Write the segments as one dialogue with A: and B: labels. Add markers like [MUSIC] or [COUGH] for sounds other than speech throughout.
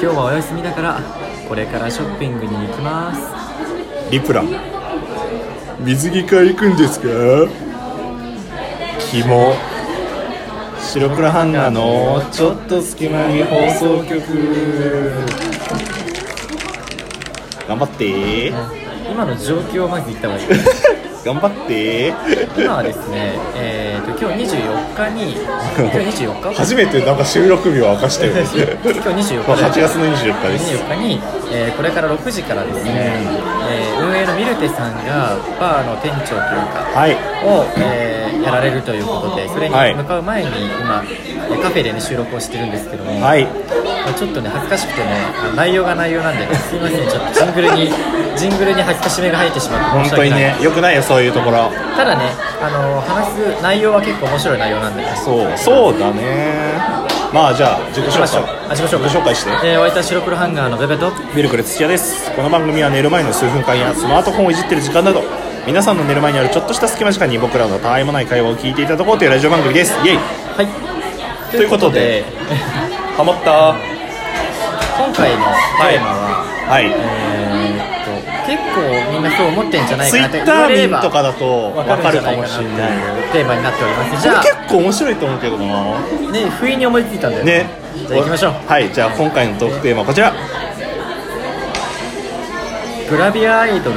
A: 今日はお休みだからこれからショッピングに行きます
B: リプラ水着買い行くんですかキモ白黒ハンガーのちょっと隙間に放送局頑張って
A: 今の状況をまず言った方がいい
B: 頑張って
A: 今はですねえっ、と今日24日
B: [LAUGHS]
A: に今日24日
B: 初めてなんか収録日を明かしたよね
A: 今日24
B: まあ
A: 日だよ
B: 8月の24日です
A: 24日に、えーこれから6時からですね、えー運営のミルテさんがバーの店長というか
B: はい
A: を、えーやられるということでそれに
B: はい
A: 向かう前に今、えーカフェで、ね、収録をしてるんですけども、
B: はい
A: まあちょっとね恥ずかしくてねあの内容が内容なんで、ね、すいませんちょっとジングルにジングルに恥ずかしめが入ってしまって
B: 本
A: 申し
B: 当
A: 訳
B: に
A: ない
B: ねよくないよそういうところ
A: ただねあの話す内容は結構面白い内容なんでね
B: そうそうだねまあじゃあ自己
A: 行き
B: 紹
A: ましょう
B: 介
A: あ自己紹介
B: 自己紹介して
A: えー、お相手は白黒ハンガーのベベと
B: ミルクル土屋ですこの番組は寝る前の数分間やスマートフォンをいじってる時間など皆さんの寝る前にあるちょっとした隙間時間に僕らのたわいもない会話を聞いていただこうというラジオ番組ですイエイ
A: はい
B: ということで
A: ということ
B: ハマった
A: 今回のテーマは、
B: はい
A: えーっと結構みんなそう思ってんじゃない
B: ツ
A: か
B: イ
A: なって
B: ッター民とかだと
A: わ
B: わ
A: か
B: か
A: る
B: る
A: んじゃ
B: か
A: ないか
B: も
A: なっ
B: し
A: て
B: れない
A: いうテーマになっておりますじ
B: こ
A: ゃあ
B: れ結構面白いと思うけどな
A: ね不意に思いついたんだよ
B: ね
A: じゃあ行きましょう
B: はいじゃあ今回のトークテーマはこちら
A: グラビアアイドルと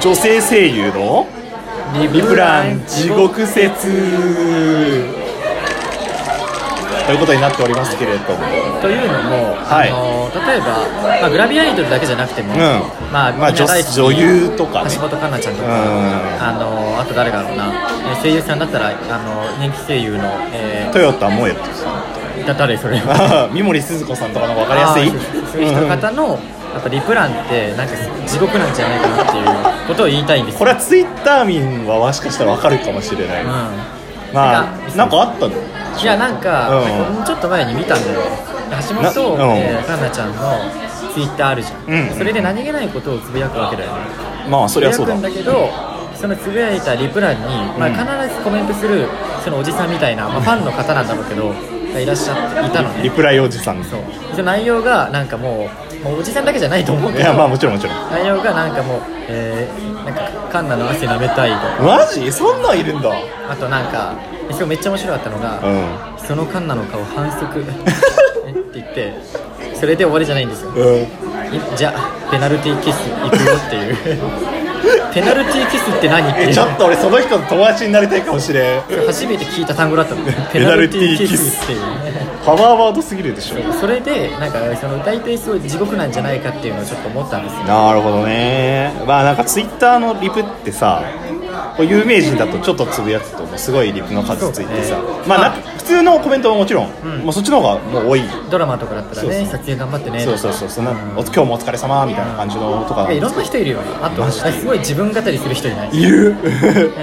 B: 女性声優の
A: リ
B: リプラン地獄説ということになっておりますけれども
A: というのも、
B: はい
A: あの例えば、まあ、グラビアアイドルだけじゃなくても、
B: うん
A: まあ
B: まあ
A: みんな
B: 女
A: 大好き
B: 女優とかね
A: 橋本環奈ちゃんとか、
B: うん
A: あのあと誰だろうな、えー声優さんだったらあの人気声優の、え
B: トヨタモエと
A: ー、だ誰それは
B: か [LAUGHS] 三森すず子さんとかの方が分かりやすい
A: あーそういう人方のやっぱリプランってなんか地獄なんじゃないかなっていうことを言いたいんです
B: これはツイッター民はもしかしたら分かるかもしれない、
A: うん、
B: まあなんかあったの
A: いやなんか、
B: う
A: ちょっと前に見たんだよ橋本と
B: なうん
A: えー環奈、ちゃんのツイッターあるじゃん、
B: うん
A: それで何気ないことをつぶやくわけだよね
B: まあそりゃそうだ
A: つぶやくんだけどそのつぶやいたリプランに、まあ、必ずコメントするそのおじさんみたいな、まあ、ファンの方なんだろうけどがいらっしゃっていたのね
B: リプライおじさんい
A: そうその内容がなんかもうもうおじさんだけじゃないと思うけど
B: やまあもちろんもちろん
A: 内容がなんかもう、えー、なんかカンナの汗舐めたいとか
B: マジそんなんいるんだ
A: あとなんかそれめっちゃ面白かったの
B: う
A: が、
B: ん
A: そのカンナの顔反
B: [LAUGHS]
A: 則えって言ってそれで終わりじゃないんですよ
B: うん
A: いじゃあペナルティーキス行くよっていう
B: [LAUGHS]
A: ペナルティーキスって何ってい
B: え
A: う
B: ちょっと俺その人と友達になりたいかもしれん
A: 初めて聞いた単語だった
B: [LAUGHS]
A: のペナ
B: ナ
A: ル
B: ル
A: テ
B: テ
A: ィ
B: ィ
A: ー
B: ー
A: キ
B: キ
A: ス
B: ス
A: っていう
B: パワーワードすぎるでしょ
A: それでなんかその大体そう地獄なんじゃないかっていうのをちょっと思ったんですよ
B: なるほどねまあなんかツイッターのリプってさこう有名人だとちょっとつぶやくともうすごいリプの数ついて
A: そ
B: さ、
A: うね
B: まあな
A: ま
B: 普通のコメントももちろん、もうそっちの方がもう多い、
A: ドラマとかだったらね
B: そうそう
A: 撮影頑張ってね
B: そうそうそうそんなお今日もお疲れ様みたいな感じのと
A: なん
B: か
A: かいろんな人いるよねあとあ
B: マジです
A: ごい自分語りする人いない
B: いる
A: うん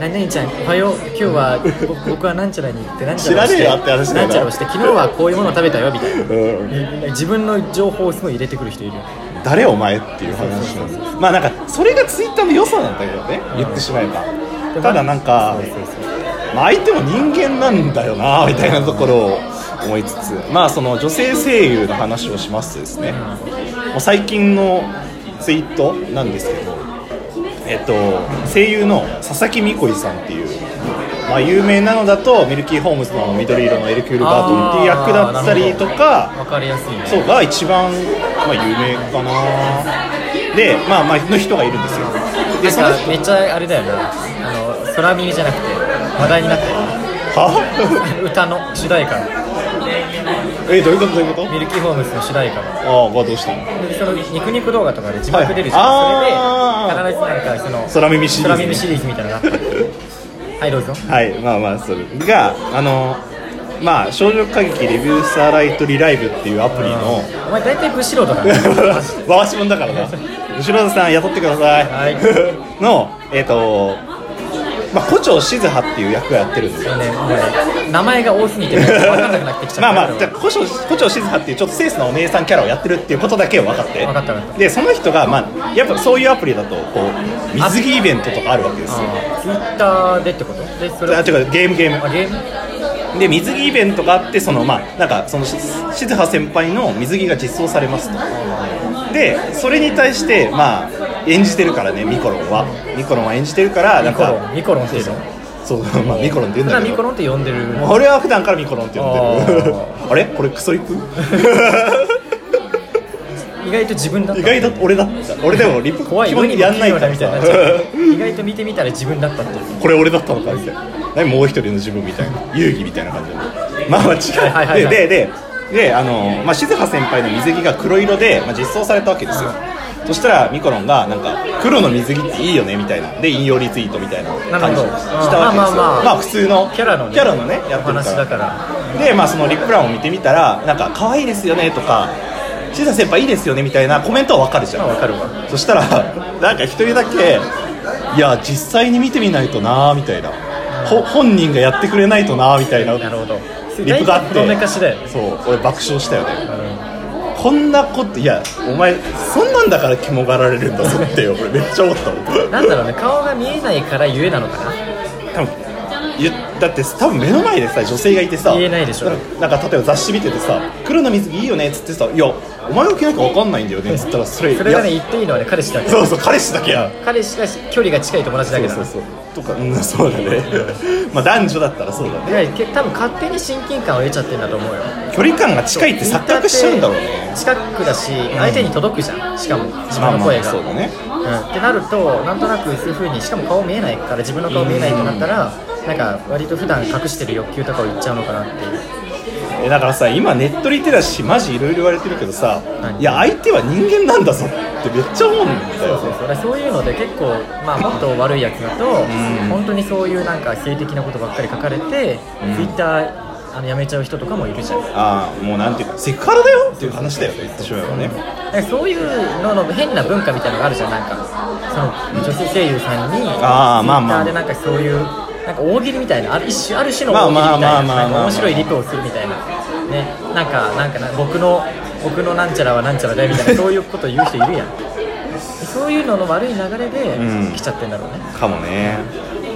A: 何々ちゃんおはよう今日は僕僕はなんちゃらに行ってなんちゃらをして
B: 知らねえよって話だ
A: な
B: よなん
A: ちゃらをして昨日はこういうものを食べたよみたいな
B: うん
A: 自分の情報をすごい入れてくる人いるよね
B: [LAUGHS] 誰お前っていう話なんですまあなんかそれがツイッターの良さなんだけどね言ってしまえばただなんか
A: そうそうそう
B: まあ、相手も人間なんだよなみたいなところを思いつつまあその女性声優の話をしますとですねもう最近のツイートなんですけどえっと声優の佐々木美恋さんっていうまあ有名なのだとミルキーホームズの緑色のエルキュールガードンっていう役だったりとか
A: わかりやすいね
B: そうが一番、まあ、有名かなでまあまあの人がいるんですよでその
A: なんか
B: 人
A: めっちゃあれだよねあの空耳じゃなくて話題になったよね
B: は [LAUGHS]
A: 歌の主題歌
B: えどういうことどういうこと
A: ミルキーホームズの主題歌の
B: ああがどうしたの
A: でその肉肉動画とかで字幕出るじゃん、
B: はいあー
A: それで必ずなんかその
B: 空耳シリーズ
A: 空耳シリーズみたいなのがあってはいどうぞ
B: はいまあまあそれがあのまあ少女歌劇レビューサーライトリライブっていうアプリの
A: お前大体ブシロードだね
B: 回しもんだからな後ろ田さん雇ってください、
A: はい
B: [LAUGHS] のえっ、とまあ胡蝶静葉っていう役をやってるんですよ
A: ねもうね [LAUGHS] 名前が多すぎてね分かんなくなってきちゃ
B: ま
A: っ
B: あ
A: た
B: まあじゃあ胡蝶胡蝶静葉っていうちょっとセンスなお姉さんキャラをやってるっていうことだけは分かって
A: 分かった分かっ
B: でその人がまあやっぱそういうアプリだとこう水着イベントとかあるわけですよ
A: たツイッターでってことでそれ
B: あ違うゲームゲーム
A: あゲーム
B: で水着イベントがあってそのまあなんかそのし静葉先輩の水着が実装されますとでそれに対してまあ演じてるからねミコロンはミコロンは演じてるからなん
A: ミコロ
B: か
A: ンミコロンっていうの
B: そう [LAUGHS] まあミコロンって言う
A: 普
B: んだ
A: 段
B: け
A: ミコ
B: ど
A: ロンって呼んでる
B: 俺は普段からミコロンって呼んでる [LAUGHS] あれこれクソイプ
A: 意外と自分だった
B: 意外と俺だった俺でもリップ
A: 怖い
B: 基本にやんないから
A: み
B: さ
A: たいになっちゃ
B: [LAUGHS]
A: う意外と見てみたら自分だったっていう
B: これ俺だったのかみたいな何もう一人の自分みたいな遊戯みたいな感じでまあまあ違う、
A: はいはいはいはい
B: でででであの、まあ、静葉先輩の水着が黒色で、まあ、実装されたわけですよそしたらミコロンがなんか黒の水着っていいよねみたいなで引用リツイートみたいな感じを
A: なるほど
B: したわけですよ
A: あまあまあ
B: まあ普通の
A: キャラのね
B: キャラのねや
A: お
B: ってる
A: 話
B: から
A: だから
B: でまあそのリップ欄を見てみたらなんか可愛いですよねとか静葉先輩いいですよねみたいなコメントはわかるじゃん
A: まあわかるわ
B: そしたらなんか一人だけいや実際に見てみないとなーみたいなほ本人がやってくれないとなーみたいな
A: なるほど
B: リプがあっ
A: 大体ほど
B: て
A: めかしだよね
B: そう俺爆笑したよねこんなこといやお前そんなんだから肝がられるんだぞってよ俺めっちゃ思ったも
A: [LAUGHS]
B: ん
A: なんだろうね顔が見えないからゆえなのかな
B: 多分ゆだって多分目の前でさ女性がいてさ
A: 言えないでしょ
B: なんかなんか例えば雑誌見ててさ「黒の水着いいよね」っつってさ「いやお前が着なきゃ分かんないんだよね」っつったらそれ
A: それがね
B: い
A: 言っていいのはね彼氏だ
B: や
A: け
B: そうそう彼氏だけやん
A: 彼氏が距離が近い友達だけだ
B: そ
A: な
B: うそうそうとかうんそうだね [LAUGHS] まあ男女だったらそうだね
A: いやけ多分勝手に親近感を得ちゃってんだと思うよ
B: 距離感が近いって錯覚しちゃうんだろうね
A: 近くだし相手に届くじゃんしかも自
B: まあ
A: 分の
B: ま
A: 声
B: あ
A: が
B: そうだね
A: うん、ってなるとなんとなくそういうふうにしかも顔見えないから自分の顔見えないとなったらなんか割と普段隠してる欲求とかを言っちゃうのかなっていう
B: えだからさ今ネットリテラシーマジいろいろ言われてるけどさ
A: 何
B: いや相手は人間なんだぞってめっちゃ思うんだ
A: そう
B: よ
A: そうそうだからそういうので結構、まあ、もっと悪いやつだと、
B: ん
A: 本当にそういうなんか性的なことばっかり書かれて、
B: うん
A: Twitter あのやめちゃう人とかもいるじゃん
B: ああもうなんていうかセクハラだよっていう話だよね言ってしまえばね
A: なんかそういうのの変な文化みたいなのがあるじゃんなんかその女性声優さんに
B: あーまあま
A: Twitter
B: あ
A: でなんかそういうなんか大喜利みたいなある一種ある種の
B: まあ
A: 大喜利み
B: まあ
A: たいな
B: ま
A: な
B: あまあまあ
A: んか面白いリプをするみたいなねなんかなんかな僕の僕のなんちゃらはなんちゃらだよみたいなそういうことを言う人いるやんそういうのの悪い流れ
B: うん
A: で来ちゃってんだろうね、
B: かもね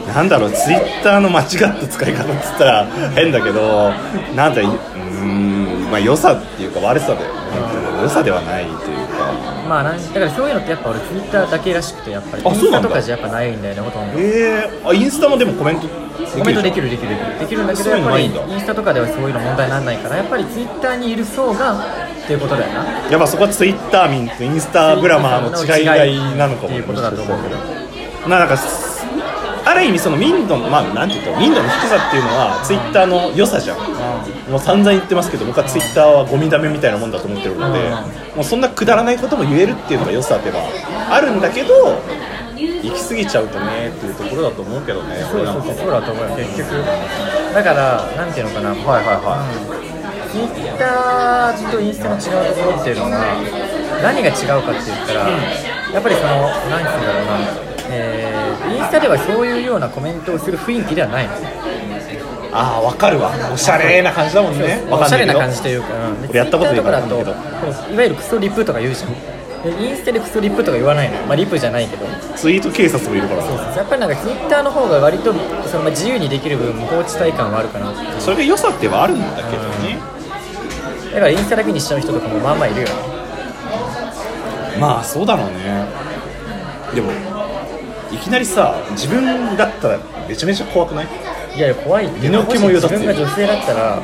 B: なんだろうツイッターの間違った使い方っつったら変だけどなんだうーんまあ良さっていうか悪さだよね良さではないというか
A: まあなんだからそういうのってやっぱ俺 Twitter だけらしくてやっぱりイ
B: あ
A: ンス
B: そう
A: タ
B: なんだ
A: とかじゃやっぱないんだよねほとんど
B: えー、あインスタもでもコメントできる
A: コメントで
B: る
A: きるできるできるできるんだけど
B: そういう
A: やっ
B: の
A: ぱ
B: ない
A: りイ
B: んだ
A: ンスタとかではそういうの問題にならないからやっぱりツイッターにいる層がっていうことだよな
B: やっぱそこはツイッター民とインスタグラマーの違いがいなのかも
A: っていうことだと思うけど
B: まあなんかある意味その民度のまあなんていうか民度の低さっていうのはツイッターの良さじゃんもう散々言ってますけど僕はツイッターはゴミだめみたいなもんだと思ってるのでもうそんなくだらないことも言えるっていうのが良さではあるんだけど行き過ぎちゃうとねっていうところだと思うけどね
A: そ
B: これ
A: う
B: な
A: そう
B: んか
A: そうそうだと思うよ結局だからなんていうのかなはいはいはいツイッターとインスタの違うところっていうのは何が違うかって言ったらやっぱりその何て言うんだろうなえーインスタではそういうようなコメントをする雰囲気ではないの
B: ああ分かるわおしゃれな感じだもんねわ
A: お
B: かん
A: しゃ
B: い
A: れ
B: け
A: な
B: ど
A: 感じというか、うん
B: 俺やったことないから
A: ツイッターとかだといわゆるクソリプとか言うじゃんでインスタでクソリプとか言わないのまあリプじゃないけど
B: ツイート警察もいるから
A: やっぱりなんかツイッターの方が割とそのまあ自由にできる分無法地帯感はあるかなって
B: それが良さってはあるんだけどね
A: だからインスタだけにしちゃう人とかもまあまあいるよね
B: まあそうだろうねでもいきなりさ自分だったらめちゃめちゃ怖くない
A: いやいや怖いって
B: 身の毛もよだつよ
A: 自分が女性だったら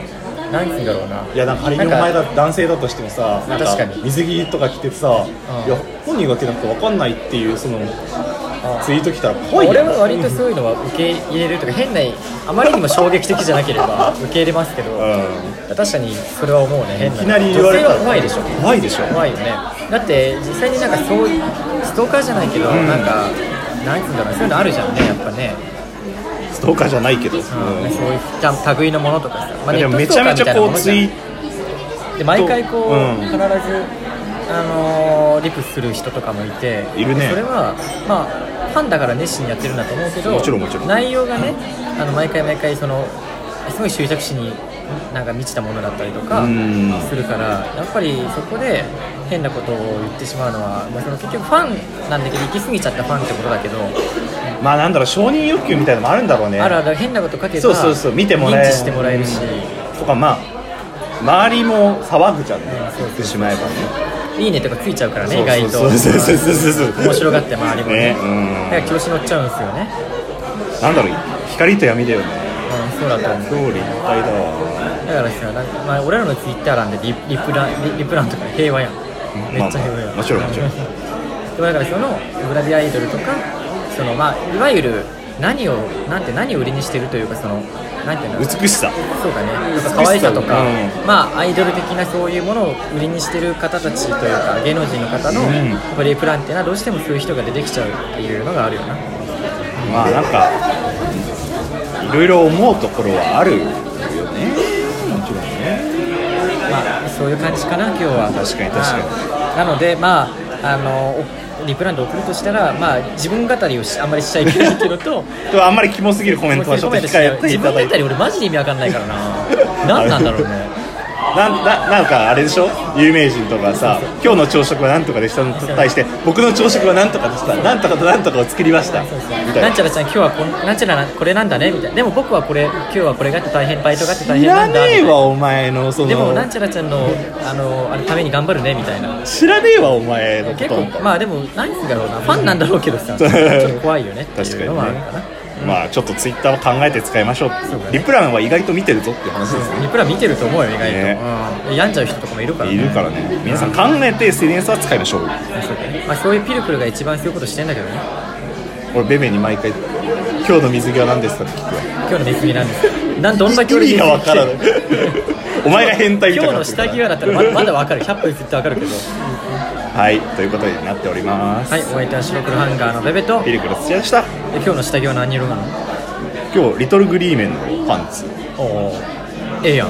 A: 何て言うんだろうない
B: やなんか仮にお前だ男性だとしてもさなん
A: 確かに
B: 水着とか着てさ、
A: ん
B: いや本人が着なくて分かんないっていうそのツイート来たら怖いよ
A: 俺は割とそういうのは受け入れるとか変なあまりにも衝撃的じゃなければ受け入れますけど、
B: う
A: 確かにそれは思うね変
B: ん、い
A: な
B: きなり言われ
A: 女性
B: たら
A: は怖いでしょ
B: 怖いでしょ
A: 怖いよねだって実際になんかそういうストーカーじゃないけど、
B: ん
A: なんかなんつうんだろうそういうのあるじゃんねやっぱね、
B: ストーカーじゃないけど、
A: うん
B: うん
A: そういうた類のものとかさ、まあ、
B: でもめちゃめちゃこうツイ
A: ートで毎回こう、
B: うん
A: 必ずあのーリプする人とかもいて
B: いるね
A: それはまあファンだから熱心にやってるんだと思うけど
B: もちろんもちろん
A: 内容がねあの毎回毎回そのすごい執着心になんか満ちたものだったりとか
B: うん
A: するからやっぱりそこで変なことを言ってしまうのは、まあ、その結局ファンなんだけど行き過ぎちゃったファンってことだけど
B: まあなんだろう承認欲求みたいなのもあるんだろうね
A: あるある変なこと書けば
B: そうそうそう見てもらえ
A: 認知してもらえるし、
B: うんとかまあ周りも騒ぐじゃんね言ってしまえばね
A: いいねとかついちゃうからね意外と
B: そうそうそう [LAUGHS] そうそうそう
A: 面白がって周りも
B: ね
A: ね
B: うん
A: だから調子乗っちゃうんですよね
B: なんだろう光と闇だよね
A: うんそうだと思う
B: 表裏一体だわ
A: だからさなんか、まあ、俺らのツイッター欄でリリプランリリプランとか平和やんめっちゃ平和やん、
B: まあもちろんもちろ
A: [LAUGHS]
B: ん
A: でもだからそのグラビアアイドルとかそのまあいわゆる何をなんて何を売りにしてるというかそのなんていうの
B: 美しさ
A: そうだねやっぱ可愛さとか、
B: うん
A: まあアイドル的なそういうものを売りにしてる方たちというか芸能人の方の、
B: うん
A: やっぱリプランっていうのはどうしてもそういう人が出てきちゃうっていうのがあるよな
B: まあなんかいろいろ思うところはあるよねもちろんね
A: まあ、そういう感じかな、今日は。
B: 確かに確かに
A: まあなので、まあ、あの、おリプランド送るとしたら、まあ、自分語りをしあんまりしちゃいけないっていうのと。
B: でもあんまりキモすぎ [LAUGHS] るコメントはちょっと控えて
A: 自
B: いた
A: 分語
B: だいて
A: り、俺、マジで意味わかんないからな。なんなんだろうね。
B: なんななんかあれでしょ有名人とかさ今日の朝食はなんとかでしたのと対して僕の朝食はなんとかでしたなんとかとなんとかを作りましたみた
A: なん
B: い
A: ちゃらちゃん、今日はこん、なんちゃらな、これなんだねみたいな。でも、僕はこれ、今日はこれがあって、大変、バイトがあって、
B: な
A: 大
B: い
A: 変な
B: ら
A: んだ。
B: ねえ
A: みたいな
B: わお前のその
A: でも、なんちゃらちゃんの、あの、あれ、ために頑張るねみたいな。
B: 知らねえわお前のこ
A: 結
B: と
A: 構、まあ、でも、何すんだろうな、ファンなんだろうけどさ。
B: [LAUGHS]
A: ちょっと怖いよね。って
B: 確
A: い
B: か
A: うの
B: にね
A: はあるかな。
B: まあちょっとツイッターを考えて使いましょう
A: そうだね
B: リプランは意外と見てるぞっていう話ですね
A: ニプラ見てると思うよ意外と、
B: ね
A: うん、病んじゃう人とかもいるから、ね、
B: いるからね皆さん考えて SNS は使いましょう
A: まあ、そういうピルクルが一番そういうことしてんだけどね
B: 俺ベベに毎回「今日の水着は何ですか?」って聞くわ
A: 今日の水着なんですなんどんだけ
B: 意
A: 俺
B: 味がわからない [LAUGHS] お前が変態みた
A: [LAUGHS] 今日の
B: いになってるから
A: 下着はだったらま
B: [LAUGHS]
A: まだわかる100分ずっとわかるけどは
B: はいということになっております、
A: いお相手は白黒ハンガーのベベと
B: ピ
A: え
B: リクル土屋でした
A: 今日の下着は何色なの
B: 今日リトルグリーメンのパンツ
A: おおええやん